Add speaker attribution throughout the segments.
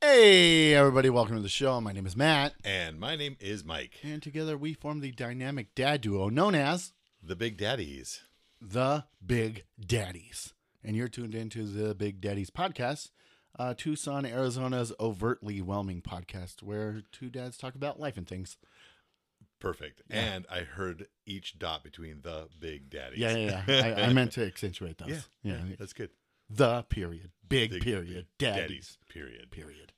Speaker 1: Hey, everybody, welcome to the show. My name is Matt,
Speaker 2: And my name is Mike,
Speaker 1: and together we form the dynamic dad duo known as
Speaker 2: the Big Daddies.
Speaker 1: the Big Daddies. And you're tuned into the Big Daddies podcast, uh, Tucson, Arizona's overtly whelming podcast, where two dads talk about life and things.
Speaker 2: Perfect. And I heard each dot between the Big Daddies.
Speaker 1: Yeah, yeah, yeah. I, I meant to accentuate those. yeah.
Speaker 2: yeah, yeah, That's good.
Speaker 1: The period, big
Speaker 2: The
Speaker 1: period,
Speaker 2: Big
Speaker 1: daddies,
Speaker 2: Period.
Speaker 1: period.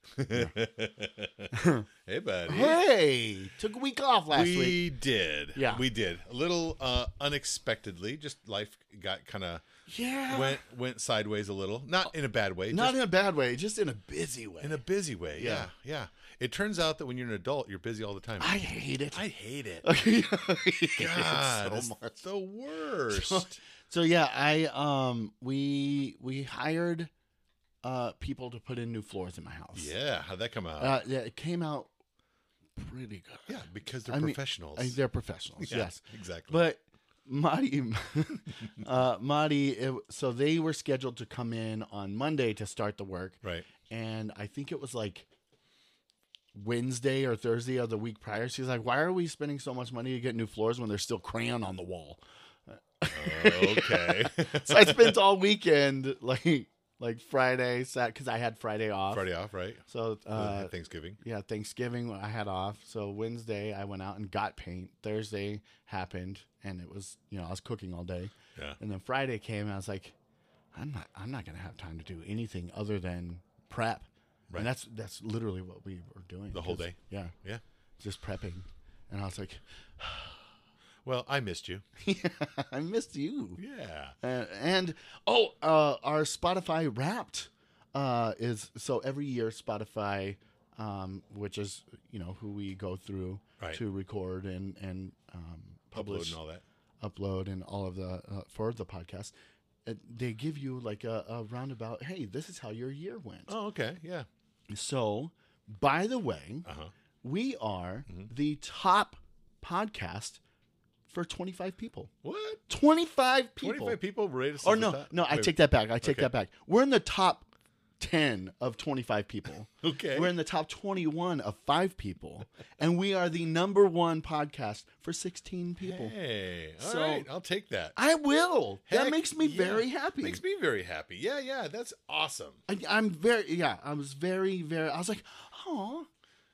Speaker 2: hey, buddy.
Speaker 1: Hey, took a week off last
Speaker 2: we
Speaker 1: week.
Speaker 2: did.
Speaker 1: Yeah.
Speaker 2: We did. A little uh, unexpectedly. Just life got kind of
Speaker 1: Yeah,
Speaker 2: went went sideways a little. Not in a bad way.
Speaker 1: not
Speaker 2: just
Speaker 1: in a bad way, just in a busy way.
Speaker 2: in a busy way. Yeah. yeah. It turns out that when you're an adult, you're busy all the time.
Speaker 1: I hate it.
Speaker 2: I hate it. God,
Speaker 1: God,
Speaker 2: it's the worst.
Speaker 1: So yeah, I um we we hired uh people to put in new floors in my house.
Speaker 2: yeah. How'd that come out?
Speaker 1: Uh, yeah, it came out pretty good.
Speaker 2: yeah, because they're
Speaker 1: I mean,
Speaker 2: professionals.
Speaker 1: I- they're professionals.
Speaker 2: Yeah,
Speaker 1: Yes.
Speaker 2: exactly.
Speaker 1: But Marty, uh, Marty. It, so they were scheduled to come in on Monday to start the work,
Speaker 2: right,
Speaker 1: and I think it was like Wednesday or Thursday of the week prior. She's like, "Why are we spending so much money to get new floors when there's still crayon on the wall?"
Speaker 2: okay.
Speaker 1: so I spent all weekend like like Friday, Sat because I had Friday off.
Speaker 2: Friday off, right?
Speaker 1: So uh,
Speaker 2: Thanksgiving.
Speaker 1: yeah, Thanksgiving I had off. So Wednesday I went out and got paint. Thursday happened, and it was you know I was cooking all day,
Speaker 2: Yeah.
Speaker 1: and then Friday came and I was like, I'm not I'm not gonna have time to do anything other than prep.
Speaker 2: Right.
Speaker 1: And that's that's literally what we were doing
Speaker 2: The whole
Speaker 1: 'cause-
Speaker 2: day?
Speaker 1: Yeah,
Speaker 2: Yeah.
Speaker 1: just prepping. And I was like,
Speaker 2: Well, I missed you.
Speaker 1: I missed you.
Speaker 2: Yeah.
Speaker 1: Uh, and oh, uh, our Spotify Wrapped uh, is so every year Spotify, um, which is you know who we go through
Speaker 2: Right.
Speaker 1: to record and and um,
Speaker 2: Upload
Speaker 1: publish,
Speaker 2: and all that.
Speaker 1: upload, and all of the uh, for the podcast, uh, they give you like a, a roundabout. Hey, this is how your year went.
Speaker 2: Oh, okay. Yeah.
Speaker 1: So, by the way,
Speaker 2: Uh huh.
Speaker 1: we are
Speaker 2: Mm-hmm.
Speaker 1: the top podcast for twenty five people.
Speaker 2: What?
Speaker 1: Twenty five people.
Speaker 2: Twenty-five people rated. us
Speaker 1: Or
Speaker 2: as the
Speaker 1: Oh, no,
Speaker 2: top?
Speaker 1: no, I
Speaker 2: Wait,
Speaker 1: take that back. I take
Speaker 2: Okay.
Speaker 1: that back. We're in the top ten of twenty-five people.
Speaker 2: Okay.
Speaker 1: We're in the top twenty-one of five people, and we are the number one podcast for sixteen people.
Speaker 2: Hey. all
Speaker 1: So-
Speaker 2: right, I'll take that.
Speaker 1: I will. that
Speaker 2: Heck
Speaker 1: makes me
Speaker 2: yeah.
Speaker 1: very happy.
Speaker 2: Makes me very happy. Yeah. Yeah. That's awesome.
Speaker 1: I, I'm very yeah. I was very very. I was like, oh.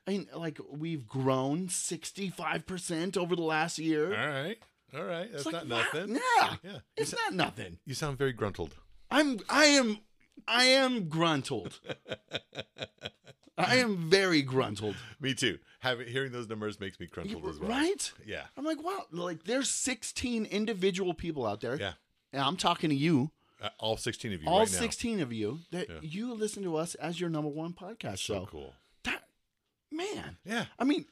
Speaker 1: I mean, like we've grown sixty-five percent over the last year.
Speaker 2: All right. All right. That's
Speaker 1: it's like,
Speaker 2: not
Speaker 1: wow,
Speaker 2: nothing.
Speaker 1: Yeah,
Speaker 2: Yeah. You,
Speaker 1: it's
Speaker 2: sa-
Speaker 1: not nothing.
Speaker 2: you sound very gruntled.
Speaker 1: I'm I am I am gruntled. I am very gruntled.
Speaker 2: Me too. Having hearing those numbers makes me gruntled as well.
Speaker 1: Right?
Speaker 2: Yeah.
Speaker 1: I'm like, wow, like there's 16 individual people out there.
Speaker 2: Yeah.
Speaker 1: And I'm talking to you,
Speaker 2: Uh, all sixteen of you.
Speaker 1: all
Speaker 2: right now.
Speaker 1: 16 of you, that
Speaker 2: Yeah.
Speaker 1: you listen to us as your number one podcast.
Speaker 2: So
Speaker 1: show.
Speaker 2: cool.
Speaker 1: That, man,
Speaker 2: Yeah.
Speaker 1: I mean,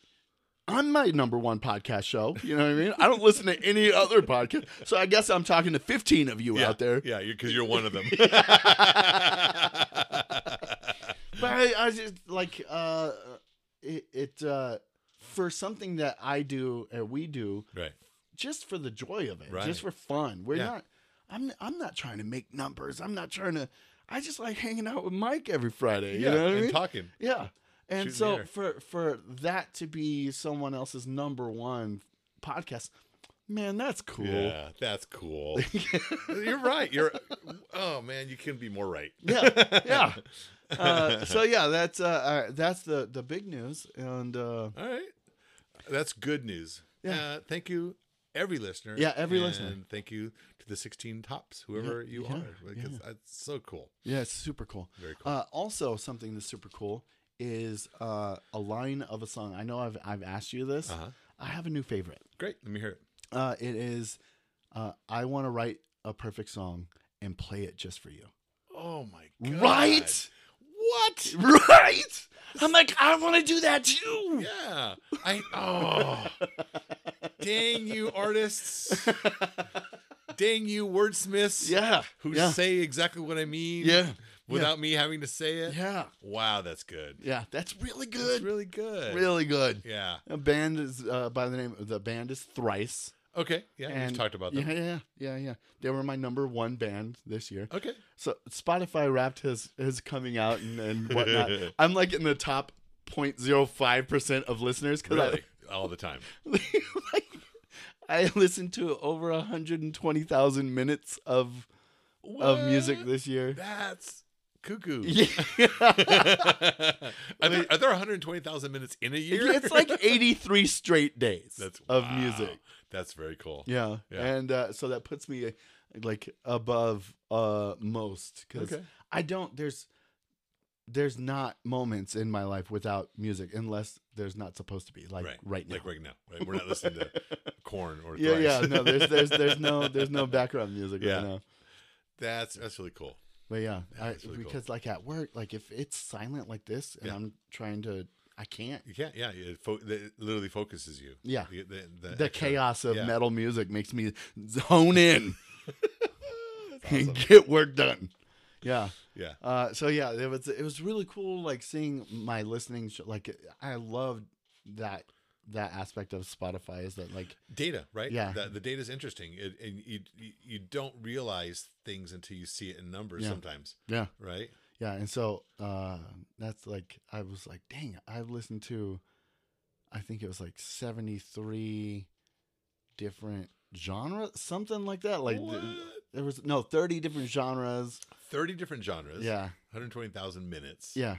Speaker 1: I'm my number one podcast show. You know what I mean? I don't listen to any other podcast. So I guess I'm talking to 15 of you
Speaker 2: yeah,
Speaker 1: out there.
Speaker 2: Yeah, because you're one of them.
Speaker 1: but I, I just like uh it, it uh for something that i do and we do
Speaker 2: right.
Speaker 1: just for the joy of it
Speaker 2: Right.
Speaker 1: just for fun we're
Speaker 2: Yeah.
Speaker 1: not i'm i'm not trying to make numbers i'm not trying to i just like hanging out with mike every friday you
Speaker 2: yeah,
Speaker 1: know what i
Speaker 2: and
Speaker 1: mean
Speaker 2: talking.
Speaker 1: yeah and
Speaker 2: Shooting the
Speaker 1: so
Speaker 2: air.
Speaker 1: for for that to be someone else's number one podcast man that's cool
Speaker 2: Yeah, that's cool. you're right. You're. Oh man, you couldn't be more right.
Speaker 1: yeah yeah uh, so yeah that's uh, uh that's the the big news and uh
Speaker 2: All right, that's good news.
Speaker 1: Yeah.
Speaker 2: Uh, thank you, every listener.
Speaker 1: Yeah, every listener.
Speaker 2: And thank you to the 16 tops, whoever you
Speaker 1: yeah,
Speaker 2: are, because that's so cool.
Speaker 1: Yeah, it's super cool.
Speaker 2: Very cool.
Speaker 1: Uh, also, something that's super cool is uh, a line of a song. I know I've, I've asked you this.
Speaker 2: Uh-huh.
Speaker 1: I have a new favorite.
Speaker 2: Great. Let me hear it.
Speaker 1: Uh, it is uh, I want to write a perfect song and play it just for you.
Speaker 2: Oh my god.
Speaker 1: Right?
Speaker 2: What?
Speaker 1: Right? I'm like, I want to do that too.
Speaker 2: Yeah. I oh dang you artists. Dang you wordsmiths
Speaker 1: Yeah.
Speaker 2: who
Speaker 1: yeah.
Speaker 2: say exactly what I mean
Speaker 1: Yeah.
Speaker 2: without me having to say it.
Speaker 1: Yeah.
Speaker 2: Wow, that's good.
Speaker 1: Yeah. That's really
Speaker 2: That's
Speaker 1: good.
Speaker 2: really good.
Speaker 1: really good.
Speaker 2: Yeah.
Speaker 1: A band is uh, by the name the band is Thrice.
Speaker 2: Okay. Yeah.
Speaker 1: and-
Speaker 2: we've talked about that.
Speaker 1: Yeah, yeah, yeah, yeah. They were my number one band this year.
Speaker 2: Okay.
Speaker 1: So Spotify Wrapped has his coming out and, and whatnot. I'm like in the top 0.05 percent of listeners because
Speaker 2: Really. All the time.
Speaker 1: I, like, I listened to over 120,000 minutes of of music
Speaker 2: What?
Speaker 1: this year.
Speaker 2: That's cuckoo.
Speaker 1: Yeah.
Speaker 2: are, there, are there 120,000 minutes in a year?
Speaker 1: it's like 83 straight days
Speaker 2: that's
Speaker 1: of
Speaker 2: wow.
Speaker 1: music.
Speaker 2: That's very cool.
Speaker 1: Yeah.
Speaker 2: Yeah.
Speaker 1: And uh, so that puts me uh, like above uh most cuz
Speaker 2: Okay.
Speaker 1: I don't there's there's not moments in my life without music unless there's not supposed to be like right,
Speaker 2: right.
Speaker 1: now.
Speaker 2: Like right now. Right? We're not listening to corn or
Speaker 1: yeah, yeah,
Speaker 2: Thrice.
Speaker 1: no, there's there's there's no there's no background music
Speaker 2: Yeah.
Speaker 1: right now.
Speaker 2: that's that's really cool.
Speaker 1: But yeah,
Speaker 2: Yeah,
Speaker 1: I,
Speaker 2: that's really cool.
Speaker 1: because like at work, like if it's silent like this and
Speaker 2: Yeah.
Speaker 1: I'm trying to I can't.
Speaker 2: You can't. Yeah. It, fo- it literally focuses you.
Speaker 1: Yeah.
Speaker 2: The, the- the
Speaker 1: The
Speaker 2: extra-
Speaker 1: chaos of
Speaker 2: yeah.
Speaker 1: metal music makes me zone in
Speaker 2: awesome.
Speaker 1: and get work done. Yeah.
Speaker 2: Yeah.
Speaker 1: Uh, so yeah, it was it was really cool, like seeing my listening. Sh- like I loved that that aspect of Spotify is that like
Speaker 2: Data, right?
Speaker 1: Yeah.
Speaker 2: The, the data is interesting. It, and you, you you don't realize things until you see it in numbers
Speaker 1: Yeah.
Speaker 2: sometimes,
Speaker 1: yeah
Speaker 2: right?
Speaker 1: yeah, and so uh, that's like I was like, dang, I've listened to, I think it was like seventy three different genres, something like that. Like th-
Speaker 2: What?
Speaker 1: there was no thirty different genres.
Speaker 2: 30 different genres.
Speaker 1: Yeah,
Speaker 2: 120,000 minutes.
Speaker 1: yeah,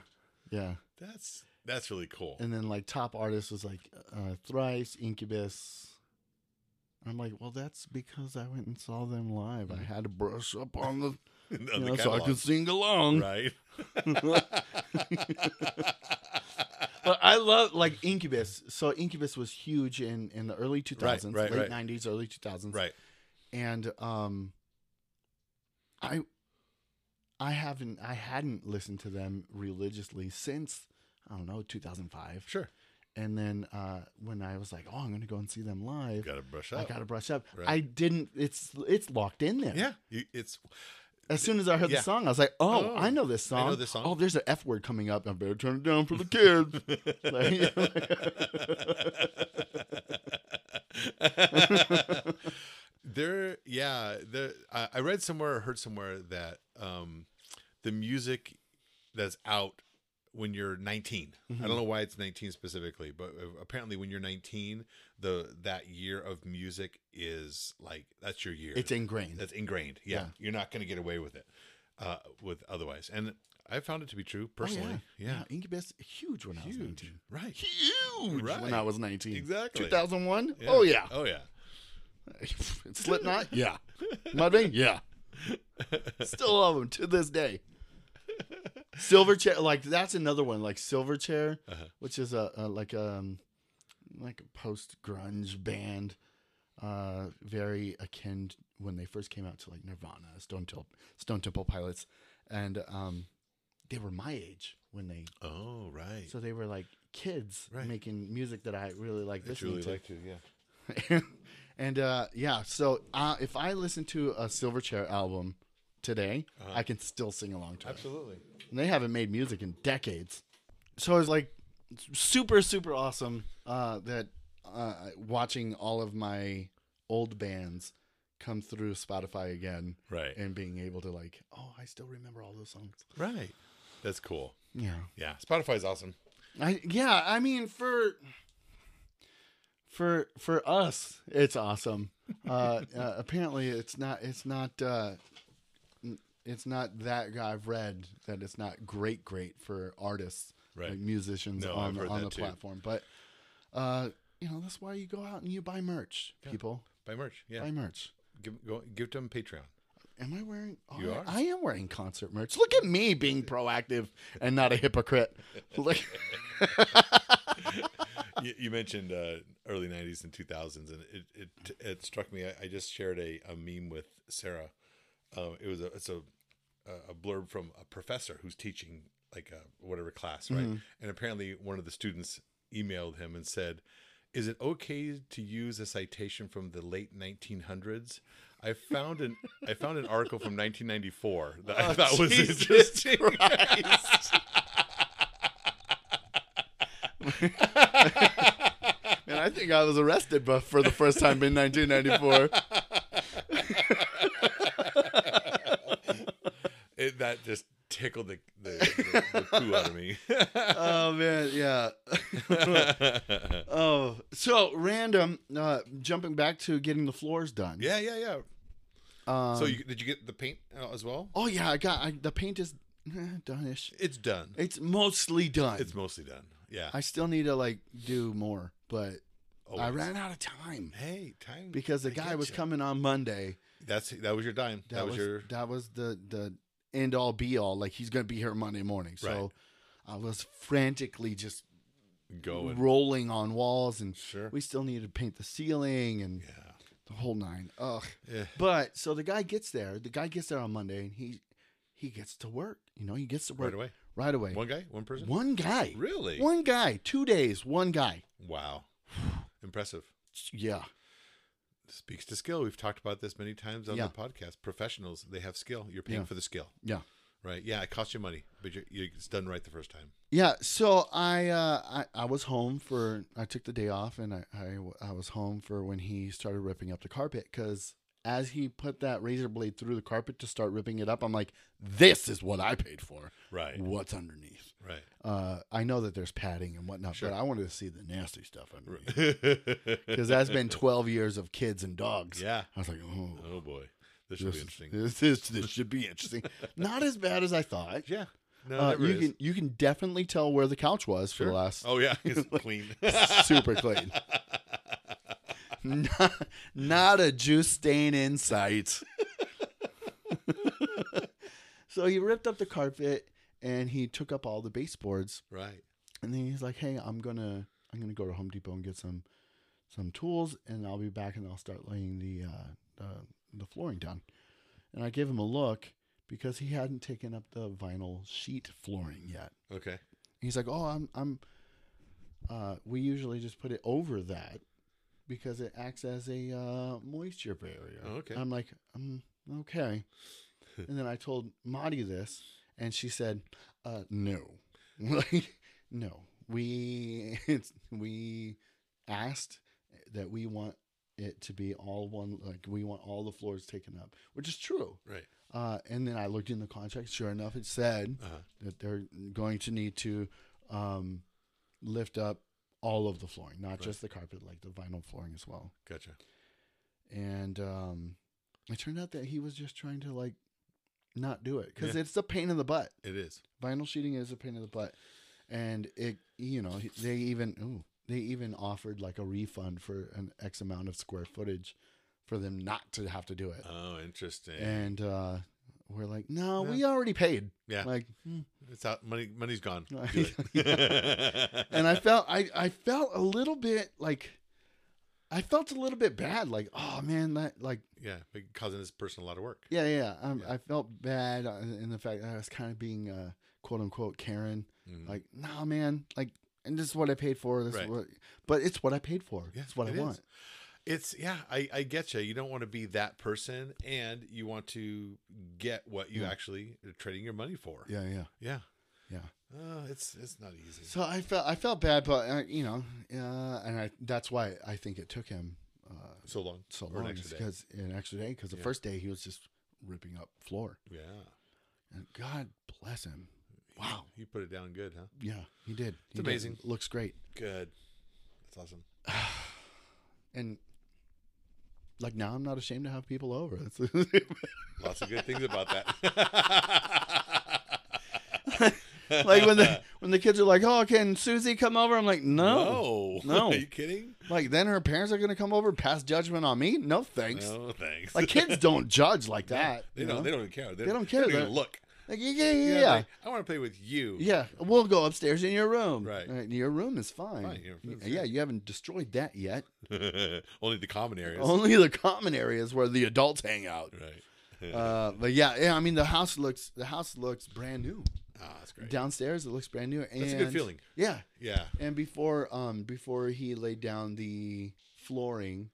Speaker 1: yeah.
Speaker 2: That's that's really cool.
Speaker 1: And then like top artist was like uh, Thrice, Incubus. I'm like, well, that's because I went and saw them live. I had to brush up on the,
Speaker 2: Mm-hmm. On
Speaker 1: you
Speaker 2: the
Speaker 1: know, so I
Speaker 2: catalog,
Speaker 1: could sing along.
Speaker 2: right?
Speaker 1: But I love like Incubus. So Incubus was huge in in the early 2000s,
Speaker 2: right,
Speaker 1: late
Speaker 2: right.
Speaker 1: 90s, early 2000s.
Speaker 2: right.
Speaker 1: And um, I I haven't I hadn't listened to them religiously since I don't know 2005.
Speaker 2: Sure.
Speaker 1: And then uh, when I was like, oh, I'm gonna go and see them live.
Speaker 2: Got to brush
Speaker 1: I
Speaker 2: up.
Speaker 1: gotta brush up.
Speaker 2: Right.
Speaker 1: I didn't. It's it's locked in there.
Speaker 2: yeah. You, it's
Speaker 1: As soon as I heard
Speaker 2: Yeah.
Speaker 1: the song, I was like, oh,
Speaker 2: Oh,
Speaker 1: I know this
Speaker 2: I
Speaker 1: song.
Speaker 2: know this song.
Speaker 1: Oh, there's an F word coming up. I better turn it down for the kids.
Speaker 2: there. Yeah. There. I, I read somewhere or heard somewhere that um, the music that's out when you're 19. I
Speaker 1: Mm-hmm.
Speaker 2: don't know why it's 19 specifically, but uh, apparently when you're 19, the that year of music is like that's your year.
Speaker 1: it's ingrained.
Speaker 2: that's ingrained. Yeah,
Speaker 1: Yeah.
Speaker 2: you're not going to get away with it uh, with otherwise. And I found it to be
Speaker 1: Oh,
Speaker 2: true personally. yeah.
Speaker 1: Incubus huge when I was
Speaker 2: huge,
Speaker 1: 19.
Speaker 2: right?
Speaker 1: Huge when
Speaker 2: Right.
Speaker 1: I was 19.
Speaker 2: Exactly.
Speaker 1: 2001? Oh yeah.
Speaker 2: oh yeah.
Speaker 1: Slipknot? Yeah. Mudvayne? Yeah. Still love them to this day. Silverchair, like that's another one, like Silverchair, which is a, a like um like a post grunge band, uh, very akin when they first came out to like Nirvana, Stone Temple, Stone Temple Pilots, and um, they were my age when they,
Speaker 2: Oh right.
Speaker 1: so they were like kids
Speaker 2: Right.
Speaker 1: making music that I really like
Speaker 2: That you
Speaker 1: listening to.
Speaker 2: like to, yeah.
Speaker 1: and uh, yeah, so uh, if I listen to a Silverchair album today, I can still sing along to it.
Speaker 2: Absolutely.
Speaker 1: And they haven't made music in decades, so it's like super, super awesome uh, that uh, watching all of my old bands come through Spotify again,
Speaker 2: Right.
Speaker 1: and being able to like, oh, I still remember all those songs.
Speaker 2: Right. That's cool.
Speaker 1: Yeah.
Speaker 2: Yeah. Spotify's awesome.
Speaker 1: I yeah, I mean for for for us, it's awesome. Uh, uh apparently it's not it's not uh n- it's not that I've read that it's not great great for artists
Speaker 2: Right.
Speaker 1: like musicians
Speaker 2: No,
Speaker 1: on
Speaker 2: I've
Speaker 1: the,
Speaker 2: heard
Speaker 1: on
Speaker 2: that
Speaker 1: the
Speaker 2: too.
Speaker 1: platform, but uh you know, that's why you go out and you buy merch, people.
Speaker 2: Buy merch. Yeah.
Speaker 1: Buy merch.
Speaker 2: Give go, give them Patreon.
Speaker 1: Am I wearing? Oh,
Speaker 2: You are.
Speaker 1: I am wearing concert merch. Look at me being proactive and not a hypocrite. Look.
Speaker 2: you, you mentioned uh, early '90s and 2000s, and it it, it struck me. I, I just shared a, a meme with Um, Sarah. Uh, it was a it's a a blurb from a professor who's teaching like a whatever class, right? And apparently one of the students emailed him and said, "Is it okay to use a citation from the late 1900s?" I found an I found an article from 1994 that I thought was
Speaker 1: Oh, Jesus
Speaker 2: interesting.
Speaker 1: Christ. Man, I think I was arrested but for the first time in 1994.
Speaker 2: It, that just tickled the the, the, the poo out of me.
Speaker 1: oh man, yeah. oh, so random. Uh, jumping back to getting the floors done.
Speaker 2: yeah, yeah, yeah.
Speaker 1: Um,
Speaker 2: so you, did you get the paint out as well?
Speaker 1: Oh yeah, I got I, the paint is eh, done-ish.
Speaker 2: It's done.
Speaker 1: It's mostly done.
Speaker 2: It's mostly done. Yeah.
Speaker 1: I still need to like do more, but I
Speaker 2: Always.
Speaker 1: ran out of time
Speaker 2: Oh, Hey, time
Speaker 1: because the
Speaker 2: I
Speaker 1: guy
Speaker 2: get
Speaker 1: was
Speaker 2: ya.
Speaker 1: coming on Monday.
Speaker 2: That's that was your dime. That, was, your
Speaker 1: that was the the end all be all. Like he's gonna be here Monday morning. So I was frantically just
Speaker 2: going.
Speaker 1: rolling on walls, and
Speaker 2: Sure.
Speaker 1: we still needed to paint the ceiling and
Speaker 2: yeah.
Speaker 1: the whole nine. Ugh.
Speaker 2: Yeah.
Speaker 1: But so the guy gets there. The guy gets there on Monday, and he he gets to work. You know, he gets to work
Speaker 2: Right away.
Speaker 1: Right away.
Speaker 2: One guy, one person.
Speaker 1: One guy.
Speaker 2: Really?
Speaker 1: One guy. Two days. One guy.
Speaker 2: Wow. Impressive.
Speaker 1: Yeah.
Speaker 2: Speaks to skill. We've talked about this many times on
Speaker 1: Yeah.
Speaker 2: the podcast. Professionals, they have skill. You're paying
Speaker 1: Yeah.
Speaker 2: for the skill,
Speaker 1: Yeah.
Speaker 2: right? Yeah, it costs you money, but you're, you it's done right the first time.
Speaker 1: Yeah, so I, uh, I I was home for I took the day off and I I, w- I was home for when he started ripping up the carpet because as he put that razor blade through the carpet to start ripping it up, I'm like, this is what I paid for.
Speaker 2: Right.
Speaker 1: What's underneath?
Speaker 2: Right.
Speaker 1: Uh, I know that there's padding and whatnot,
Speaker 2: Sure.
Speaker 1: but I wanted to see the nasty stuff underneath
Speaker 2: yeah.
Speaker 1: because that's been 12 years of kids and dogs. I was like, oh,
Speaker 2: Oh boy, this should
Speaker 1: this,
Speaker 2: be
Speaker 1: is-
Speaker 2: interesting.
Speaker 1: this is this should be interesting. Not as bad as I thought.
Speaker 2: Yeah. No,
Speaker 1: Uh,
Speaker 2: it never
Speaker 1: you
Speaker 2: is.
Speaker 1: can you can definitely tell where the couch was for
Speaker 2: Sure.
Speaker 1: the last
Speaker 2: Oh yeah, it's clean.
Speaker 1: super clean. not, not a juice stain in sight. so he ripped up the carpet and he took up all the baseboards
Speaker 2: right.
Speaker 1: and then he's like, "Hey, I'm gonna I'm gonna go to Home Depot and get some some tools and I'll be back and I'll start laying the uh, uh, the flooring down." And I gave him a look because he hadn't taken up the vinyl sheet flooring yet.
Speaker 2: Okay.
Speaker 1: He's like, "Oh, I'm I'm uh we usually just put it over that because it acts as a uh moisture barrier."
Speaker 2: Oh, okay.
Speaker 1: I'm like, "Um, okay." and then I told Madi this and she said, "Uh no." like, "No. We it's we asked that we want it to be all one like we want all the floors taken up, which is true.
Speaker 2: Right.
Speaker 1: Uh, and then I looked in the contract. Sure enough, it said
Speaker 2: Uh-huh.
Speaker 1: that they're going to need to um, lift up all of the flooring, not just the carpet, like the vinyl flooring as well.
Speaker 2: Gotcha.
Speaker 1: And um, it turned out that he was just trying to like not do it because
Speaker 2: Yeah.
Speaker 1: it's a pain in the butt.
Speaker 2: It is.
Speaker 1: Vinyl sheeting is a pain in the butt, and it you know they even ooh, they even offered like a refund for an X amount of square footage for them not to have to do it.
Speaker 2: Oh, interesting.
Speaker 1: And uh, we're like, no,
Speaker 2: Yeah.
Speaker 1: we already paid.
Speaker 2: yeah.
Speaker 1: Like, hmm.
Speaker 2: It's out. Money, money's gone. Do it.
Speaker 1: and I felt I, I felt a little bit like I felt a little bit bad like oh man that like
Speaker 2: yeah, but causing this person a lot of work.
Speaker 1: yeah yeah, um,
Speaker 2: Yeah.
Speaker 1: I felt bad uh, in the fact that I was kind of being uh, quote unquote Karen
Speaker 2: Mhm.
Speaker 1: like nah man like and this is what I paid for this is
Speaker 2: Right.
Speaker 1: what but it's what I paid for
Speaker 2: Yeah,
Speaker 1: it's what I
Speaker 2: it is.
Speaker 1: want
Speaker 2: It's yeah, I I get you. You don't want to be that person, and you want to get what you
Speaker 1: Mm.
Speaker 2: actually are trading your money for.
Speaker 1: yeah yeah
Speaker 2: yeah,
Speaker 1: yeah
Speaker 2: Uh, it's it's not easy.
Speaker 1: so I felt I felt bad but uh, you know uh, and I that's why I think it took him uh,
Speaker 2: so long.
Speaker 1: so
Speaker 2: Or an
Speaker 1: long
Speaker 2: extra day.
Speaker 1: because an extra day because the
Speaker 2: Yeah.
Speaker 1: first day he was just ripping up floor
Speaker 2: Yeah.
Speaker 1: And God bless him. Wow.
Speaker 2: You put it down good, huh?
Speaker 1: Yeah, he did. He did.
Speaker 2: amazing.
Speaker 1: Looks great.
Speaker 2: Good. That's awesome.
Speaker 1: And like now I'm not ashamed to have people over. It's-
Speaker 2: Lots of good things about that.
Speaker 1: like when the when the kids are like, "Oh, can Susie come over?" I'm like, "No."
Speaker 2: no,
Speaker 1: No.
Speaker 2: are you kidding?
Speaker 1: Like then her parents are going to come over and pass judgment on me? No, thanks.
Speaker 2: No, thanks.
Speaker 1: Like kids don't judge like that.
Speaker 2: They
Speaker 1: you
Speaker 2: don't.
Speaker 1: know?
Speaker 2: They don't even care. They,
Speaker 1: don't care.
Speaker 2: They don't
Speaker 1: They're-
Speaker 2: even look.
Speaker 1: Like yeah, yeah, yeah.
Speaker 2: they're
Speaker 1: yeah.
Speaker 2: like, I want to play with you.
Speaker 1: Yeah, we'll go upstairs in your room.
Speaker 2: Right.
Speaker 1: Uh, your room is fine.
Speaker 2: Fine, your room's
Speaker 1: yeah,
Speaker 2: good.
Speaker 1: you haven't destroyed that yet.
Speaker 2: Only the common areas.
Speaker 1: Only the common areas where the adults hang out.
Speaker 2: Right.
Speaker 1: Uh, but yeah, yeah, I mean the house looks the house looks brand new.
Speaker 2: Ah, that's great.
Speaker 1: Downstairs, it looks brand new. And
Speaker 2: That's a good feeling.
Speaker 1: Yeah,
Speaker 2: Yeah.
Speaker 1: and before um before he laid down the flooring,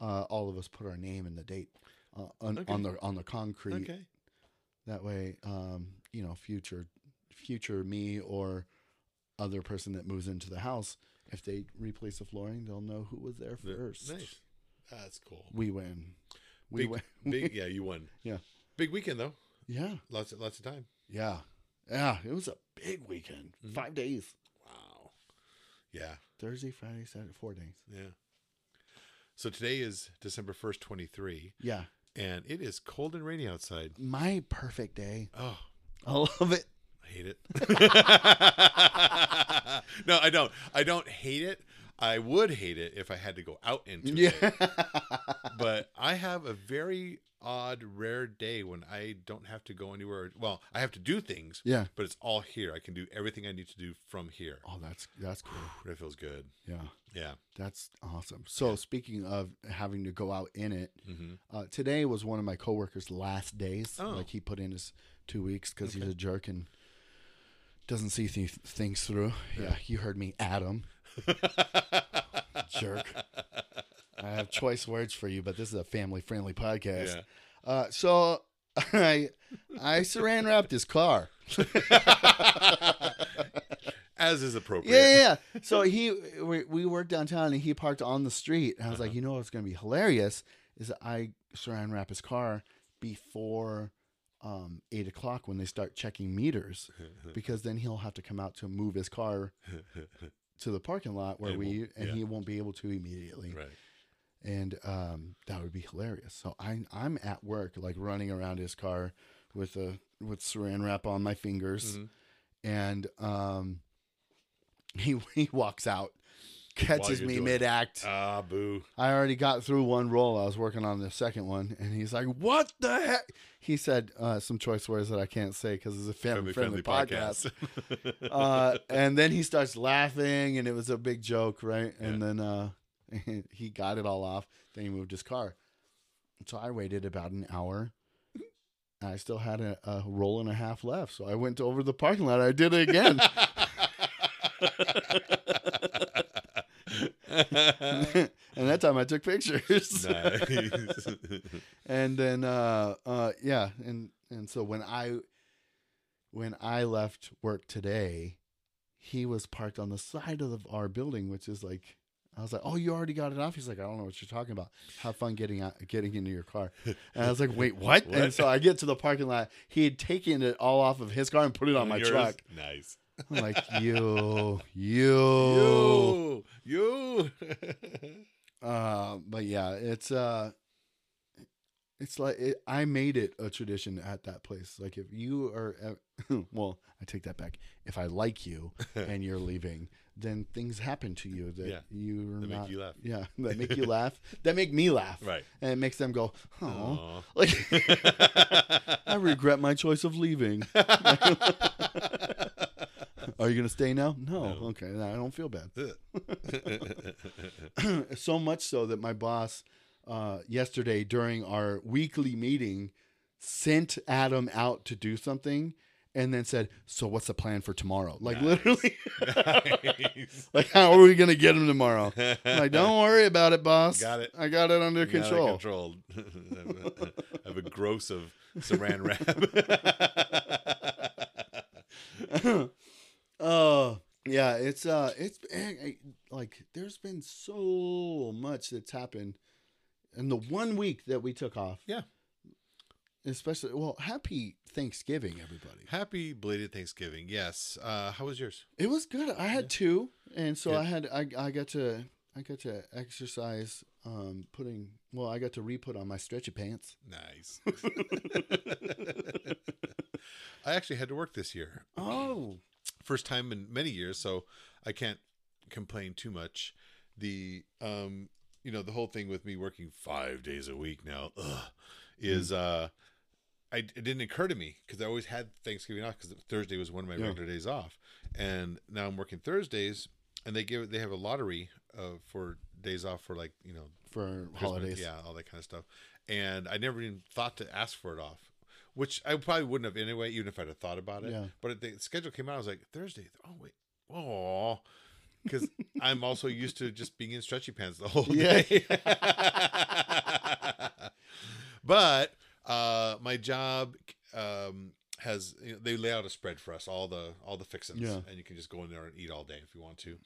Speaker 1: uh, all of us put our name and the date uh, on,
Speaker 2: Okay.
Speaker 1: on the on the concrete.
Speaker 2: Okay.
Speaker 1: That way, um, you know, future future me or other person that moves into the house, if they replace the flooring, they'll know who was there
Speaker 2: The-
Speaker 1: first.
Speaker 2: Nice. That's cool.
Speaker 1: We win. We
Speaker 2: big,
Speaker 1: win.
Speaker 2: big, yeah, you won.
Speaker 1: Yeah.
Speaker 2: Big weekend though.
Speaker 1: Yeah.
Speaker 2: Lots of lots of time.
Speaker 1: Yeah. Yeah. It was a big weekend.
Speaker 2: Mhm.
Speaker 1: Five days.
Speaker 2: Wow. Yeah.
Speaker 1: Thursday, Friday, Saturday, four days.
Speaker 2: Yeah. So today is December first, twenty three,
Speaker 1: Yeah.
Speaker 2: and it is cold and rainy outside.
Speaker 1: My perfect day.
Speaker 2: Oh,
Speaker 1: I love it.
Speaker 2: I hate it. no, I don't. I don't hate it. I would hate it if I had to go out into
Speaker 1: Yeah.
Speaker 2: it. But I have a very odd, rare day when I don't have to go anywhere. Well, I have to do things,
Speaker 1: yeah.
Speaker 2: but it's all here. I can do everything I need to do from here.
Speaker 1: Oh, that's that's cool.
Speaker 2: That feels good.
Speaker 1: Yeah.
Speaker 2: Yeah.
Speaker 1: That's awesome. So speaking of having to go out in it,
Speaker 2: Mm-hmm.
Speaker 1: uh, today was one of my coworkers' last days.
Speaker 2: Oh.
Speaker 1: Like he put in his two weeks because he's a jerk and doesn't see th- things through. yeah, you heard me, Adam. jerk. I have choice words for you, but this is a family friendly podcast.
Speaker 2: Yeah.
Speaker 1: Uh, so I I saran wrapped his car.
Speaker 2: As is appropriate.
Speaker 1: Yeah, yeah. yeah. So he we, we worked downtown and he parked on the street, and I was like,
Speaker 2: Uh-huh.
Speaker 1: you know what's going to be hilarious is that I saran wrap his car before um, eight o'clock when they start checking meters, because then he'll have to come out to move his car to the parking lot where
Speaker 2: And
Speaker 1: we
Speaker 2: we'll-
Speaker 1: and
Speaker 2: yeah.
Speaker 1: he won't be able to immediately.
Speaker 2: Right.
Speaker 1: and um, that would be hilarious. So I, I'm at work, like running around his car with a with saran wrap on my fingers,
Speaker 2: Mhm.
Speaker 1: and um, he he walks out, catches
Speaker 2: you're
Speaker 1: me
Speaker 2: doing
Speaker 1: mid act.
Speaker 2: Ah, boo.
Speaker 1: I already got through one roll. I was working on the second one, and he's like, "What the heck?" He said uh, some choice words that I can't say because it's a family friendly podcast uh, and then he starts laughing, and it was a big joke, right? And then uh, he got it all off. Then he moved his car. So I waited about an hour. I still had a, a roll and a half left, so I went over the parking lot. I did it again. and that time I took pictures.
Speaker 2: nice.
Speaker 1: and then uh uh yeah and and so when i when i left work today he was parked on the side of the, our building which is like i was like oh you already got it off he's like i don't know what you're talking about have fun getting out getting into your car and i was like wait what,
Speaker 2: What?
Speaker 1: and so i get to the parking lot he had taken it all off of his car and put it on my
Speaker 2: Yours?
Speaker 1: truck
Speaker 2: Nice.
Speaker 1: i'm like you, you.
Speaker 2: You. You.
Speaker 1: Uh, but yeah, it's uh, it's like it, I made it a tradition at that place. Like if you are, at, well, I take that back. If I like you and you're leaving, then things happen to you that
Speaker 2: Yeah.
Speaker 1: you're
Speaker 2: That make
Speaker 1: not-
Speaker 2: you laugh.
Speaker 1: Yeah, that make you laugh. That make me laugh.
Speaker 2: right.
Speaker 1: and it makes them go, oh,
Speaker 2: Aw.
Speaker 1: like I regret my choice of leaving. Are you gonna stay now? No.
Speaker 2: No.
Speaker 1: Okay, then I don't feel bad. so much so that my boss uh, yesterday during our weekly meeting sent Adam out to do something and then said, "So what's the plan for tomorrow?" Like
Speaker 2: Nice.
Speaker 1: literally,
Speaker 2: nice.
Speaker 1: like how are we gonna get him tomorrow? I'm like, don't worry about it, boss.
Speaker 2: Got it.
Speaker 1: I got it under
Speaker 2: Got it
Speaker 1: control.
Speaker 2: Controlled. I have a gross of saran wrap.
Speaker 1: Oh yeah, it's uh, it's eh, eh, like there's been so much that's happened in the one week that we took off.
Speaker 2: Yeah.
Speaker 1: Especially, well, happy Thanksgiving, everybody.
Speaker 2: Happy belated Thanksgiving. Yes. Uh, how was yours?
Speaker 1: It was good. I had two, and so
Speaker 2: Yeah.
Speaker 1: I had I I got to I got to exercise, um, putting well, I got to re put on my stretchy pants.
Speaker 2: Nice. I actually had to work this year.
Speaker 1: Oh,
Speaker 2: First time in many years, so I can't complain too much. The um you know, the whole thing with me working 5 days a week now ugh, is uh I, it didn't occur to me because I always had Thanksgiving off because Thursday was one of my
Speaker 1: Yeah.
Speaker 2: regular days off, and now I'm working Thursdays, and they give they have a lottery uh, for days off for like you know
Speaker 1: for
Speaker 2: Christmas,
Speaker 1: holidays.
Speaker 2: yeah, all that kind of stuff. And I never even thought to ask for it off. which I probably wouldn't have anyway, even if I'd have thought about it.
Speaker 1: Yeah.
Speaker 2: But the schedule came out, I was like Thursday. Oh wait, oh, because I'm also used to just being in stretchy pants the whole
Speaker 1: Yeah.
Speaker 2: day. but uh, my job um, has you know, they lay out a spread for us all the all the fixins,
Speaker 1: Yeah. Mm.
Speaker 2: and you can just go in there and eat all day if you want to,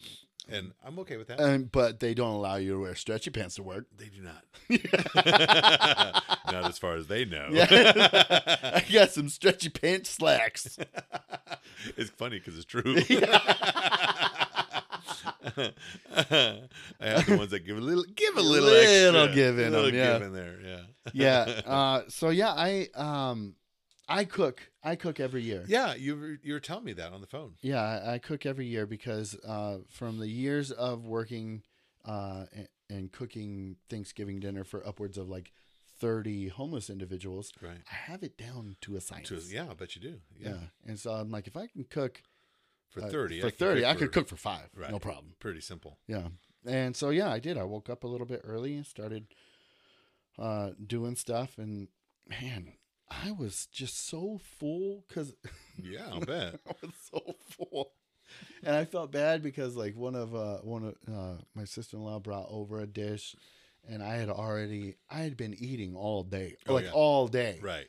Speaker 2: and I'm okay with that.
Speaker 1: And but they don't allow you to wear stretchy pants to work.
Speaker 2: they do not. not as far as they know.
Speaker 1: I got some stretchy pants slacks.
Speaker 2: it's funny because it's true. I have the ones that give a little, give a little,
Speaker 1: Little
Speaker 2: extra,
Speaker 1: give in
Speaker 2: little
Speaker 1: 'em, yeah.
Speaker 2: give in there, yeah,
Speaker 1: yeah. Uh, so yeah, I um, I cook. I cook every year.
Speaker 2: yeah. You were, you were telling me that on the phone.
Speaker 1: Yeah, I, I cook every year because uh, from the years of working uh, and, and cooking Thanksgiving dinner for upwards of like thirty homeless individuals,
Speaker 2: Right.
Speaker 1: I have it down to a science.
Speaker 2: To- yeah, I bet you do.
Speaker 1: yeah.
Speaker 2: Yeah,
Speaker 1: And so I'm like, if I can cook
Speaker 2: for
Speaker 1: uh,
Speaker 2: thirty.
Speaker 1: for
Speaker 2: could
Speaker 1: thirty, I
Speaker 2: for-
Speaker 1: could cook for five,
Speaker 2: Right.
Speaker 1: no problem.
Speaker 2: Pretty simple.
Speaker 1: Yeah. And so yeah, I did. I woke up a little bit early and started uh doing stuff and man, I was just so full cuz
Speaker 2: Yeah, I'll bet.
Speaker 1: I was so full. And I felt bad because like one of uh one of uh my sister-in-law brought over a dish and I had already I had been eating all day.
Speaker 2: Oh,
Speaker 1: like
Speaker 2: yeah.
Speaker 1: all day.
Speaker 2: Right.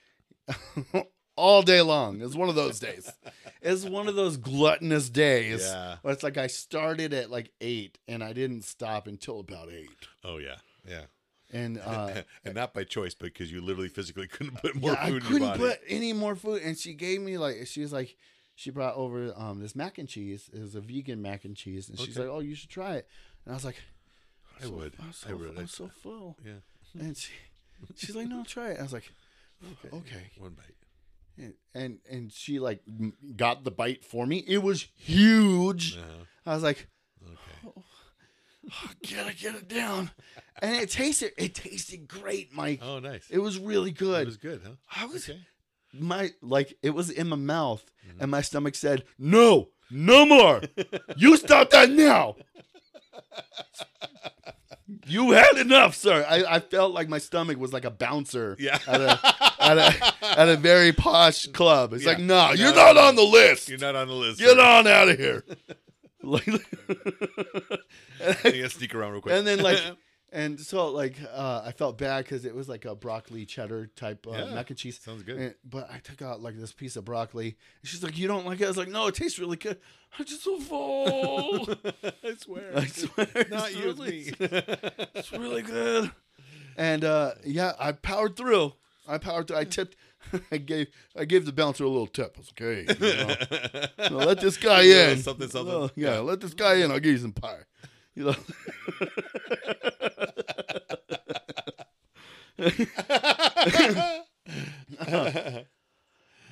Speaker 1: all day long. It's one of those days. It's one of those gluttonous days.
Speaker 2: Yeah.
Speaker 1: Where it's like I started at like eight and I didn't stop until about eight.
Speaker 2: Oh yeah. Yeah.
Speaker 1: And uh,
Speaker 2: and not by choice, but because you literally physically couldn't put more
Speaker 1: yeah, I
Speaker 2: food in your
Speaker 1: couldn't
Speaker 2: body.
Speaker 1: put any more food. And she gave me like she was like she brought over um this mac and cheese. It was a vegan mac and cheese, and she's
Speaker 2: Okay.
Speaker 1: like, "Oh, you should try it." And I was like,
Speaker 2: I would.
Speaker 1: I'm so,
Speaker 2: I would.
Speaker 1: I'm so full."
Speaker 2: yeah.
Speaker 1: And she, she's like, "No, try it." I was like, "Okay."
Speaker 2: One bite.
Speaker 1: And and, and she like m- got the bite for me. It was huge.
Speaker 2: Uh-huh.
Speaker 1: I was like, "Oh,
Speaker 2: Okay.
Speaker 1: gotta get it down. And it tasted it tasted great, Mike.
Speaker 2: Oh, nice.
Speaker 1: It was really
Speaker 2: It
Speaker 1: good.
Speaker 2: was good, huh?
Speaker 1: I was
Speaker 2: Okay.
Speaker 1: my like it was in my mouth
Speaker 2: Mm-hmm.
Speaker 1: and my stomach said, No, no more. you stop that now. You had enough, sir. I, I felt like my stomach was like a bouncer
Speaker 2: Yeah.
Speaker 1: at, a, at, a, at a very posh club. It's
Speaker 2: Yeah.
Speaker 1: like, no,
Speaker 2: No,
Speaker 1: you're
Speaker 2: no,
Speaker 1: not
Speaker 2: no.
Speaker 1: on the list.
Speaker 2: You're not on the list.
Speaker 1: Get on out of here. Like-
Speaker 2: You gotta sneak around real quick.
Speaker 1: and then like and so like uh, i felt bad because it was like a broccoli cheddar type uh,
Speaker 2: Yeah,
Speaker 1: mac and cheese
Speaker 2: sounds good.
Speaker 1: And- but i took out like this piece of broccoli and she's like you don't like it i was like no it tastes really good i'm just so full
Speaker 2: I swear,
Speaker 1: i swear
Speaker 2: not
Speaker 1: it's
Speaker 2: you,
Speaker 1: really-
Speaker 2: it's me.
Speaker 1: it's really good and uh, yeah i powered through i powered through i tipped I gave I gave the bouncer a little tip. I was like, "Hey, you know, no, let this guy
Speaker 2: Yeah,
Speaker 1: in.
Speaker 2: something, something.
Speaker 1: No, yeah, let this guy in. I'll give you some pie. You know.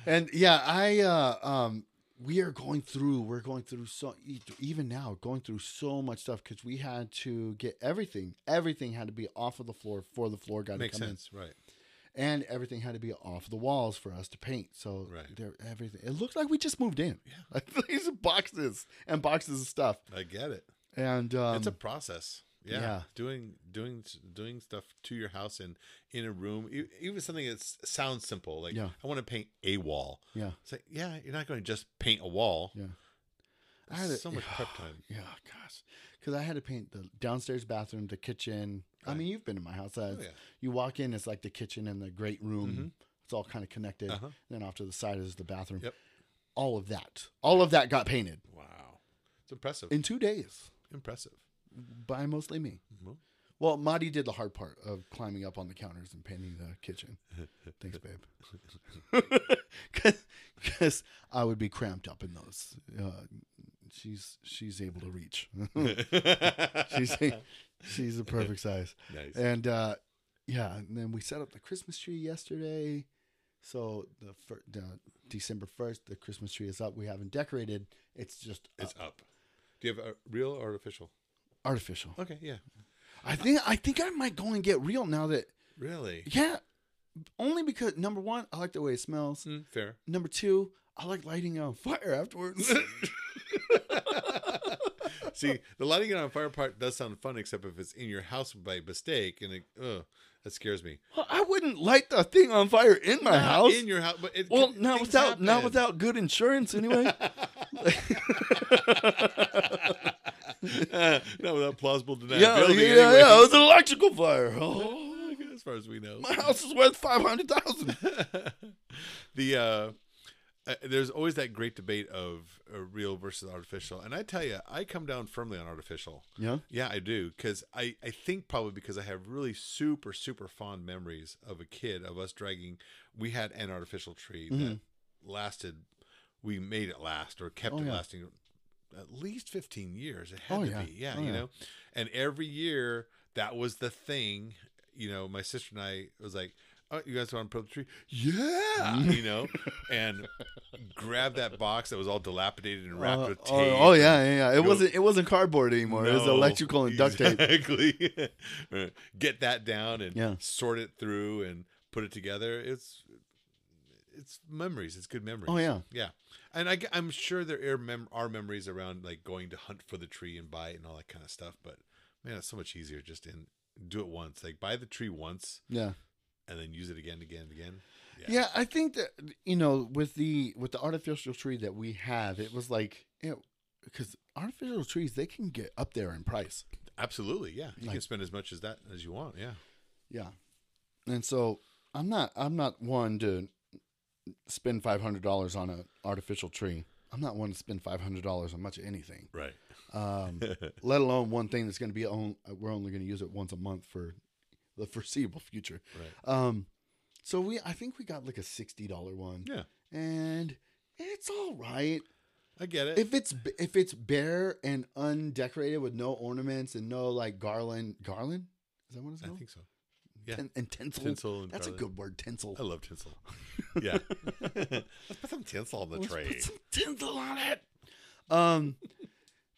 Speaker 1: and yeah, I uh, um, we are going through. We're going through so e, even now, going through so much stuff because we had to get everything. Everything had to be off of the floor for the floor guy
Speaker 2: Makes
Speaker 1: to come
Speaker 2: sense, right?
Speaker 1: in, and everything had to be off the walls for us to paint. So
Speaker 2: Right.
Speaker 1: there, everything. It looked like we just moved in. Yeah, these are boxes and boxes of stuff.
Speaker 2: I get it.
Speaker 1: And um,
Speaker 2: it's a process. Yeah.
Speaker 1: yeah.
Speaker 2: doing doing doing stuff to your house and in a room, e- even something that sounds simple, like
Speaker 1: Yeah.
Speaker 2: I want to paint a wall.
Speaker 1: yeah,
Speaker 2: It's like, yeah, you're not going to just paint a wall.
Speaker 1: Yeah. I
Speaker 2: There's
Speaker 1: had a-
Speaker 2: so much prep time.
Speaker 1: yeah, gosh, because I had to paint the downstairs bathroom, the kitchen. I
Speaker 2: Right.
Speaker 1: mean, you've been in my house. Uh,
Speaker 2: Oh, yeah. Mm-hmm.
Speaker 1: You walk in, it's like the kitchen and the great room. It's all kind of connected.
Speaker 2: Uh-huh.
Speaker 1: Then off to the side is the bathroom.
Speaker 2: Yep.
Speaker 1: All of that, all of that got painted
Speaker 2: Wow, it's impressive.
Speaker 1: in two days
Speaker 2: impressive.
Speaker 1: by mostly me.
Speaker 2: Mhm.
Speaker 1: Well, Madi did the hard part of climbing up on the counters and painting the kitchen. Thanks, babe. Because I would be cramped up in those. Uh, she's she's able to reach. she's she's the perfect size.
Speaker 2: nice.
Speaker 1: And uh, yeah, and then we set up the Christmas tree yesterday. So the, fir- the December first, the Christmas tree is up. We haven't decorated. It's just uh,
Speaker 2: It's up. Do you have a real or artificial?
Speaker 1: artificial.
Speaker 2: Okay, yeah.
Speaker 1: I think I think I might go and get real now that
Speaker 2: Really?
Speaker 1: yeah, only because number one, I like the way it smells.
Speaker 2: Mm, fair.
Speaker 1: Number two, I like lighting it on fire afterwards.
Speaker 2: See, the lighting it on fire part does sound fun, except if it's in your house by mistake, and it, ugh, that scares me.
Speaker 1: Well, I wouldn't light the thing on fire in my
Speaker 2: Not
Speaker 1: house.
Speaker 2: in your house, but it,
Speaker 1: well,
Speaker 2: things
Speaker 1: not without not
Speaker 2: happen.
Speaker 1: without good insurance anyway.
Speaker 2: not without plausible deniability.
Speaker 1: yeah, yeah,
Speaker 2: anyway.
Speaker 1: yeah. It was an electrical fire. Oh,
Speaker 2: As far as we know,
Speaker 1: my house is worth five hundred thousand.
Speaker 2: the uh, uh, there's always that great debate of uh, real versus artificial, and I tell you, I come down firmly on artificial.
Speaker 1: Yeah.
Speaker 2: Yeah, I do, because I I think probably because I have really super super fond memories of a kid of us dragging. We had an artificial tree that lasted. We made it last or kept
Speaker 1: Mm-hmm. Oh,
Speaker 2: it
Speaker 1: yeah.
Speaker 2: lasting at least 15 years. It had
Speaker 1: Oh,
Speaker 2: to
Speaker 1: yeah.
Speaker 2: be. Yeah,
Speaker 1: Oh,
Speaker 2: you
Speaker 1: yeah.
Speaker 2: know? And every year that was the thing. You know, my sister and I was like, Oh, you guys want to put up the tree? Yeah.
Speaker 1: Mm-hmm.
Speaker 2: you know? And grab that box that was all dilapidated and wrapped
Speaker 1: Uh,
Speaker 2: with tape.
Speaker 1: oh, oh,
Speaker 2: and-
Speaker 1: yeah, yeah, yeah. It
Speaker 2: Go-
Speaker 1: wasn't it wasn't cardboard anymore. It was
Speaker 2: No,
Speaker 1: electrical and duct tape.
Speaker 2: Exactly. Get that down and
Speaker 1: Yeah.
Speaker 2: sort it through and put it together. It's it's memories. It's good memories.
Speaker 1: Oh, yeah.
Speaker 2: yeah. And I, am sure there are, mem- are memories around like going to hunt for the tree and buy it and all that kind of stuff. But man, it's so much easier just in do it once. Like buy the tree once
Speaker 1: Yeah.
Speaker 2: and then use it again, again, again.
Speaker 1: Yeah, I think that you know, with the with the artificial tree that we have, it was like it because artificial trees they can get up there in price.
Speaker 2: absolutely. Yeah, you can
Speaker 1: Like-
Speaker 2: spend as much as that as you want. Yeah.
Speaker 1: Yeah, and so I'm not I'm not one to spend five hundred dollars on an artificial tree. I'm not one to spend five hundred dollars on much of anything,
Speaker 2: Right.
Speaker 1: um, let alone one thing that's going to be on. We're only going to use it once a month for the foreseeable future.
Speaker 2: Right.
Speaker 1: Um, so we I think we got like a sixty dollar one,
Speaker 2: Yeah,
Speaker 1: and it's all right.
Speaker 2: I get it.
Speaker 1: if it's b- if it's bare and undecorated with no ornaments and no like garland garland is that what it's
Speaker 2: I
Speaker 1: called
Speaker 2: think so. yeah.
Speaker 1: Tin- and tinsel,
Speaker 2: Tinsel and
Speaker 1: that's
Speaker 2: garland.
Speaker 1: a good word tinsel
Speaker 2: I love tinsel. Yeah. Oh. Let's put some tinsel on the
Speaker 1: Let's
Speaker 2: tray.
Speaker 1: put some tinsel on it um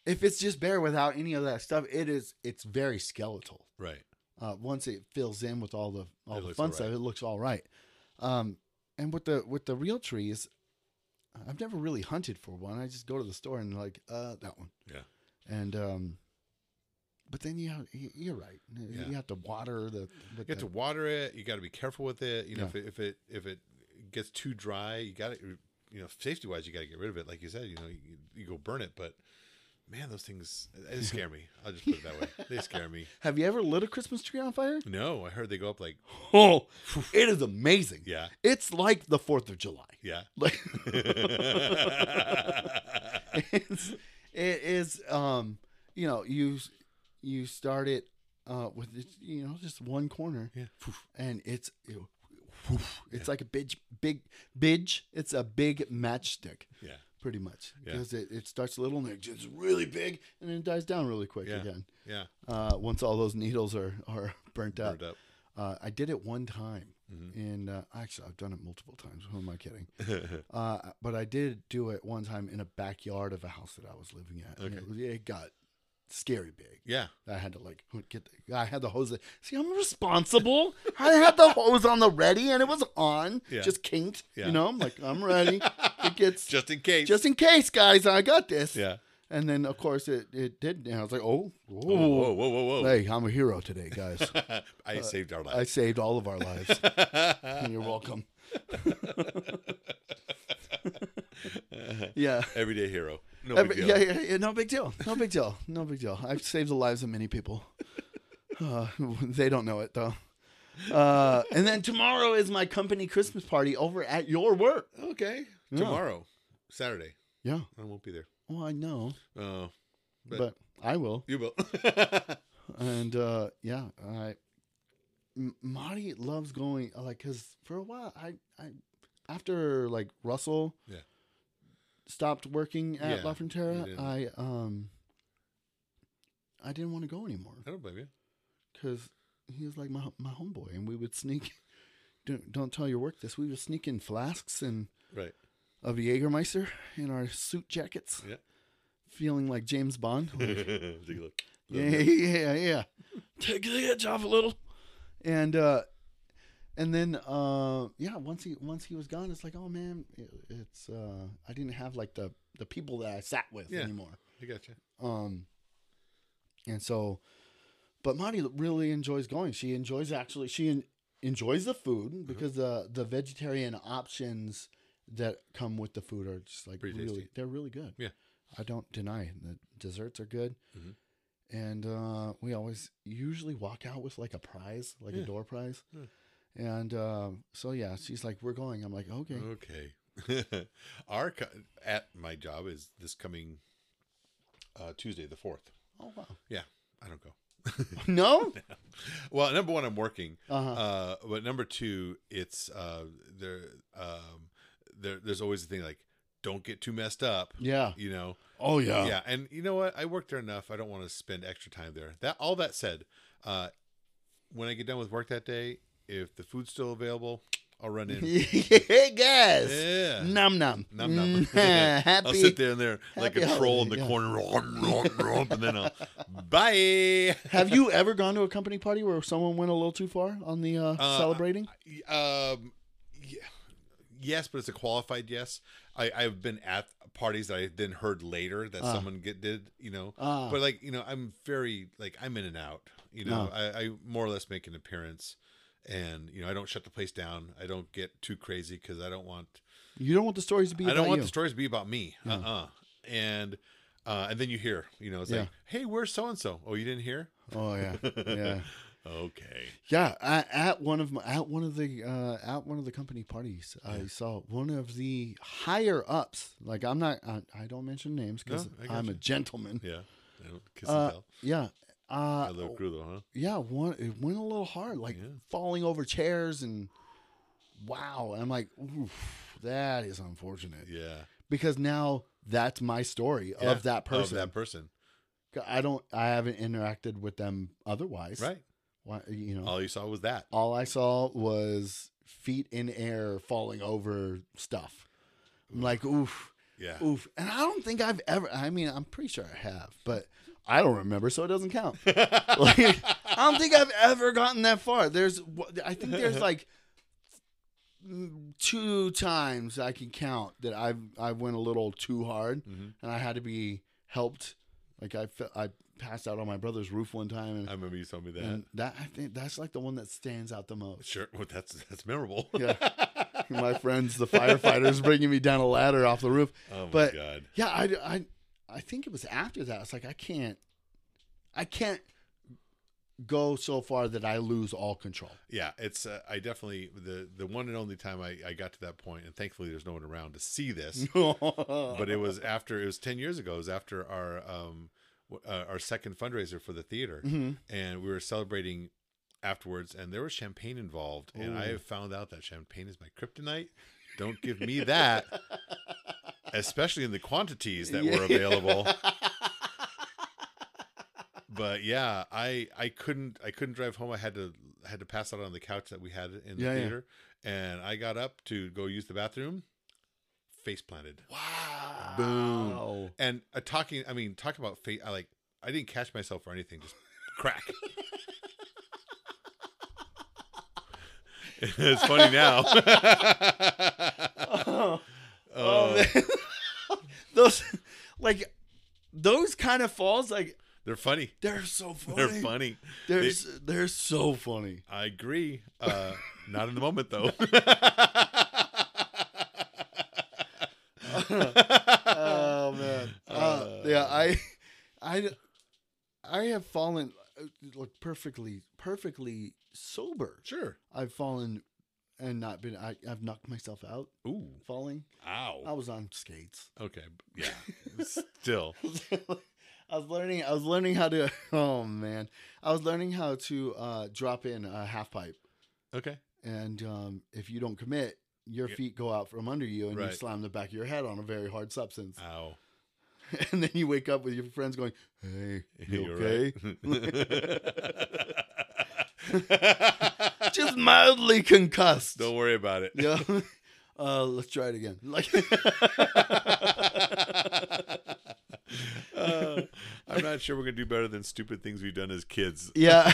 Speaker 1: if it's just bare without any of that stuff it is it's very skeletal
Speaker 2: Right.
Speaker 1: uh once it fills in with all the all
Speaker 2: It
Speaker 1: the
Speaker 2: looks
Speaker 1: fun
Speaker 2: all
Speaker 1: stuff
Speaker 2: right.
Speaker 1: it looks all right um and with the with the real trees i've never really hunted for one i just go to the store and like uh that one
Speaker 2: Yeah.
Speaker 1: and um but then you have, you- you're right You-
Speaker 2: Yeah.
Speaker 1: you have to water the
Speaker 2: You have to water it. You got to be careful with it. You know,
Speaker 1: Yeah.
Speaker 2: if, it, if it if it gets too dry, you got to you know safety wise, you got to get rid of it. Like you said, you know, you, you go burn it. But man, those things they scare me. I'll just put it that way. They scare me.
Speaker 1: have you ever lit a christmas tree on fire
Speaker 2: No, I heard they go up like
Speaker 1: oh it is amazing
Speaker 2: yeah,
Speaker 1: it's like the fourth of july
Speaker 2: yeah.
Speaker 1: like it's, it is um you know you you start it uh with this, you know just one corner
Speaker 2: Yeah.
Speaker 1: and it's it's like a big big big it's a big matchstick
Speaker 2: yeah.
Speaker 1: pretty much
Speaker 2: Yeah.
Speaker 1: because it, it starts little and it gets really big and then it dies down really quick
Speaker 2: Yeah.
Speaker 1: again
Speaker 2: Yeah,
Speaker 1: uh, once all those needles are are burnt up.
Speaker 2: burned up. Mm-hmm.
Speaker 1: Uh, I did it one time, and uh, actually I've done it multiple times. Who am I kidding? uh, but I did do it one time in a backyard of a house that I was living at. and
Speaker 2: Okay.
Speaker 1: it, was- it got scary big.
Speaker 2: Yeah,
Speaker 1: I had to like get. The, I had the hose. See, I'm responsible. I had the hose on the ready, and it was on,
Speaker 2: Yeah.
Speaker 1: just kinked.
Speaker 2: Yeah.
Speaker 1: You know, I'm like, I'm ready. it gets
Speaker 2: just in case.
Speaker 1: just in case, guys. I got this.
Speaker 2: yeah.
Speaker 1: And then of course it it did. And I was like, oh,
Speaker 2: Whoa,
Speaker 1: whoa,
Speaker 2: whoa, whoa, whoa! whoa.
Speaker 1: hey, I'm a hero today, guys.
Speaker 2: I saved our
Speaker 1: I
Speaker 2: lives.
Speaker 1: saved all of our lives. You're welcome. yeah.
Speaker 2: Everyday hero. No
Speaker 1: Every-
Speaker 2: big deal.
Speaker 1: yeah, yeah, yeah, no big deal. No big deal. No big deal. I've saved the lives of many people. Uh, they don't know it though. Uh, and then tomorrow is my company Christmas party over at your work.
Speaker 2: Okay.
Speaker 1: Yeah.
Speaker 2: Tomorrow, Saturday.
Speaker 1: Yeah.
Speaker 2: I won't be there.
Speaker 1: Well, I know,
Speaker 2: Oh,
Speaker 1: but,
Speaker 2: But-
Speaker 1: I will.
Speaker 2: you will.
Speaker 1: And uh, yeah, I M- Marty loves going uh, like because for a while I I after like Russell
Speaker 2: Yeah.
Speaker 1: stopped working at
Speaker 2: Yeah,
Speaker 1: La
Speaker 2: you
Speaker 1: Frontera,
Speaker 2: didn't.
Speaker 1: I um I didn't want to go anymore
Speaker 2: I don't blame you.
Speaker 1: because he was like my my homeboy, and we would sneak. Don't don't tell your work this. We would sneak in flasks and
Speaker 2: Right.
Speaker 1: of Jägermeister in our suit jackets,
Speaker 2: Yeah.
Speaker 1: feeling like James Bond. like,
Speaker 2: Take a look.
Speaker 1: yeah, yeah, yeah, yeah. Take the edge off a little. And uh and then uh yeah, once he once he was gone, it's like, oh man, it, it's uh I didn't have like the the people that I sat with
Speaker 2: Yeah.
Speaker 1: anymore.
Speaker 2: I gotcha.
Speaker 1: Um And so, but Marty really enjoys going. She enjoys actually. She en- enjoys the
Speaker 2: Mm-hmm.
Speaker 1: food because the the vegetarian options that come with the food are just like
Speaker 2: Pretty
Speaker 1: really,
Speaker 2: tasty.
Speaker 1: they're really good.
Speaker 2: Yeah.
Speaker 1: I don't deny it. the desserts are good.
Speaker 2: Mhm.
Speaker 1: And uh, we always usually walk out with like a prize, like
Speaker 2: Yeah.
Speaker 1: a door prize.
Speaker 2: Yeah. Mm-hmm.
Speaker 1: And um, so yeah, she's like, "We're going." I'm like, "Okay."
Speaker 2: Okay. Our co- at my job is this coming uh, Tuesday the fourth.
Speaker 1: Oh wow.
Speaker 2: I don't go.
Speaker 1: no.
Speaker 2: Well, number one, I'm working.
Speaker 1: Uh-huh.
Speaker 2: Uh, but number two, it's uh, there. Um, there, there's always the thing like, don't get too messed up.
Speaker 1: yeah.
Speaker 2: You know.
Speaker 1: Oh yeah.
Speaker 2: yeah, and you know what? I worked there enough. I don't want to spend extra time there. That all that said, uh, when I get done with work that day, if the food's still available, I'll run in.
Speaker 1: yes.
Speaker 2: yeah.
Speaker 1: Num num.
Speaker 2: Nom nom.
Speaker 1: Mm, happy.
Speaker 2: I'll sit there and there like a
Speaker 1: happy
Speaker 2: troll in the
Speaker 1: holiday, yeah.
Speaker 2: corner, romp, romp, romp, and then I'll bye.
Speaker 1: Have you ever gone to a company party where someone went a little too far on the uh,
Speaker 2: Uh,
Speaker 1: celebrating?
Speaker 2: Um, yeah, yes, but it's a qualified yes. I I've been at parties that I then heard later that
Speaker 1: Ah.
Speaker 2: someone get did you know,
Speaker 1: Ah.
Speaker 2: but like you know I'm very like I'm in and out. You know,
Speaker 1: No.
Speaker 2: I, I more or less make an appearance, and you know I don't shut the place down. I don't get too crazy because I don't want
Speaker 1: you don't want the stories to be
Speaker 2: I don't
Speaker 1: about
Speaker 2: want
Speaker 1: you.
Speaker 2: the stories to be about me.
Speaker 1: Yeah.
Speaker 2: Uh uh and. Uh, and then you hear, you know, it's
Speaker 1: Yeah.
Speaker 2: like, "Hey, where's so and so?" Oh, you didn't hear?
Speaker 1: oh yeah, yeah,
Speaker 2: Okay.
Speaker 1: yeah. I, at one of my, at one of the uh, at one of the company parties, I
Speaker 2: Yeah.
Speaker 1: saw one of the higher ups. Like I'm not, I, I don't mention names because
Speaker 2: No, I got
Speaker 1: I'm a
Speaker 2: you.
Speaker 1: gentleman.
Speaker 2: Yeah. I don't kiss
Speaker 1: Uh,
Speaker 2: and tell.
Speaker 1: Yeah,
Speaker 2: I
Speaker 1: uh,
Speaker 2: love Grulo, huh?
Speaker 1: yeah. One it went a little hard, like
Speaker 2: Yeah.
Speaker 1: falling over chairs and wow. I'm like, oof, that is unfortunate.
Speaker 2: Yeah.
Speaker 1: because now that's my story
Speaker 2: Yeah,
Speaker 1: of that person.
Speaker 2: Of that person.
Speaker 1: I don't. I haven't interacted with them otherwise.
Speaker 2: Right. Oh,
Speaker 1: Why, you know, all,
Speaker 2: All you saw was that.
Speaker 1: I saw was feet in air, falling over stuff. I'm like, oof,
Speaker 2: Yeah.
Speaker 1: oof, and I don't think I've ever. I mean, I'm pretty sure I have, but I don't remember, so it doesn't count. Like, I don't think I've ever gotten that far. There's, I think there's like mm, two times I can count that I've I went a little too hard,
Speaker 2: Mhm.
Speaker 1: and I had to be helped. Like I fe- I passed out on my brother's roof one time, and
Speaker 2: I remember you told me that.
Speaker 1: and that I think that's like the one that stands out the most.
Speaker 2: sure. Well, that's that's memorable.
Speaker 1: Yeah. My friends, the firefighters, bringing me down a ladder off the roof.
Speaker 2: oh my
Speaker 1: But-
Speaker 2: god.
Speaker 1: Yeah, I, I, I think it was after that. It's like I can't, I can't go so far that I lose all control.
Speaker 2: Yeah. It's uh, I definitely the the one and only time I I got to that point, and thankfully there's no one around to see this.
Speaker 1: but
Speaker 2: but it was after it was ten years ago. It was after our um w- uh, our second fundraiser for the theater,
Speaker 1: Mm-hmm.
Speaker 2: and we were celebrating afterwards, and there was champagne involved, and I
Speaker 1: Ooh.
Speaker 2: have found out that champagne is my kryptonite. Don't give me that, especially in the quantities that were available. but yeah, I I couldn't I couldn't drive home. I had to had to pass out on the couch that we had in the
Speaker 1: Yeah, yeah.
Speaker 2: theater, and I got up to go use the bathroom, face planted,
Speaker 1: wow,
Speaker 2: Boom. and uh, talking. I mean, talk about face. I like I didn't catch myself or anything. Just crack. it's funny now.
Speaker 1: Oh,
Speaker 2: Uh,
Speaker 1: man. those, like, those kind of falls, like
Speaker 2: they're funny.
Speaker 1: they're so funny.
Speaker 2: They're funny.
Speaker 1: They're, s- they're so funny.
Speaker 2: I agree. Uh, not in the moment though.
Speaker 1: oh man. Uh, yeah, I, I, I have fallen uh, like perfectly, perfectly sober.
Speaker 2: sure.
Speaker 1: I've fallen and not been. I, I've knocked myself out
Speaker 2: Ooh.
Speaker 1: falling. I
Speaker 2: Ow.
Speaker 1: was on skates.
Speaker 2: Okay. Yeah. Still.
Speaker 1: I was learning. I was learning how to. Oh man, I was learning how to uh, drop in a half pipe,
Speaker 2: Okay.
Speaker 1: and um, if you don't commit, your
Speaker 2: Yeah.
Speaker 1: feet go out from under you, and you
Speaker 2: Right.
Speaker 1: slam the back of your head on a very hard substance,
Speaker 2: Ow.
Speaker 1: and then you wake up with your friends going, "Hey, you
Speaker 2: You're
Speaker 1: okay?"
Speaker 2: right.
Speaker 1: Just mildly concussed.
Speaker 2: Don't worry about it.
Speaker 1: Yeah. Uh, let's try it again. Like,
Speaker 2: Uh, I'm not sure we're gonna do better than stupid things we've done as kids.
Speaker 1: yeah,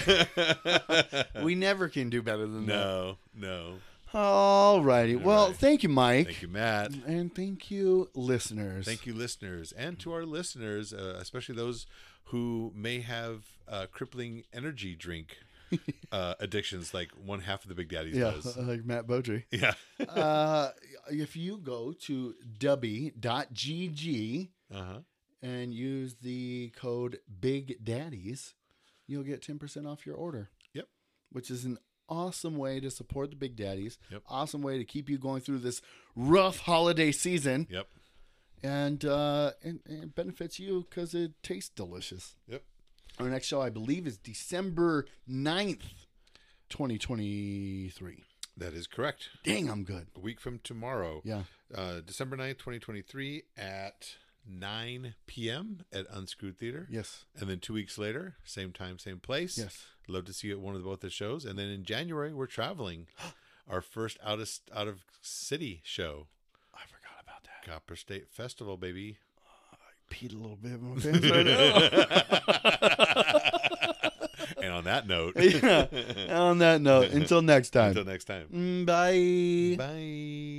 Speaker 1: we never can do better than that.
Speaker 2: no, no.
Speaker 1: All righty. Well,
Speaker 2: right.
Speaker 1: thank you, Mike.
Speaker 2: Thank you, Matt.
Speaker 1: And thank you, listeners.
Speaker 2: Thank you, listeners, and to our listeners, uh, especially those who may have uh, crippling energy drink uh, addictions, like one half of the Big Daddies
Speaker 1: Yeah,
Speaker 2: does.
Speaker 1: like Matt Beaudry.
Speaker 2: Yeah.
Speaker 1: uh, if you go to dubby.gg
Speaker 2: Uh-huh.
Speaker 1: and use the code Big Daddies, you'll get 10% off your order.
Speaker 2: Yep.
Speaker 1: Which is an awesome way to support the Big Daddies.
Speaker 2: Yep.
Speaker 1: Awesome way to keep you going through this rough holiday season.
Speaker 2: Yep.
Speaker 1: And, uh, and, and it benefits you because it tastes delicious.
Speaker 2: Yep.
Speaker 1: Our next show, I believe, is December 9th, 2023.
Speaker 2: That is correct.
Speaker 1: Dang, I'm good.
Speaker 2: A week from tomorrow,
Speaker 1: Yeah.
Speaker 2: uh, December 9th, 2023, at 9 p.m. at Unscrewed Theater.
Speaker 1: Yes.
Speaker 2: And then two weeks later, same time, same place.
Speaker 1: Yes.
Speaker 2: Love to see you at one of the, both the shows. And then in January, we're traveling. Our first out of out of city show,
Speaker 1: I forgot about that.
Speaker 2: Copper State Festival, baby.
Speaker 1: peed a little bit in my pants right now.
Speaker 2: And on that note,
Speaker 1: Yeah. On that note, until next time.
Speaker 2: until next time,
Speaker 1: Mm, Bye.
Speaker 2: bye.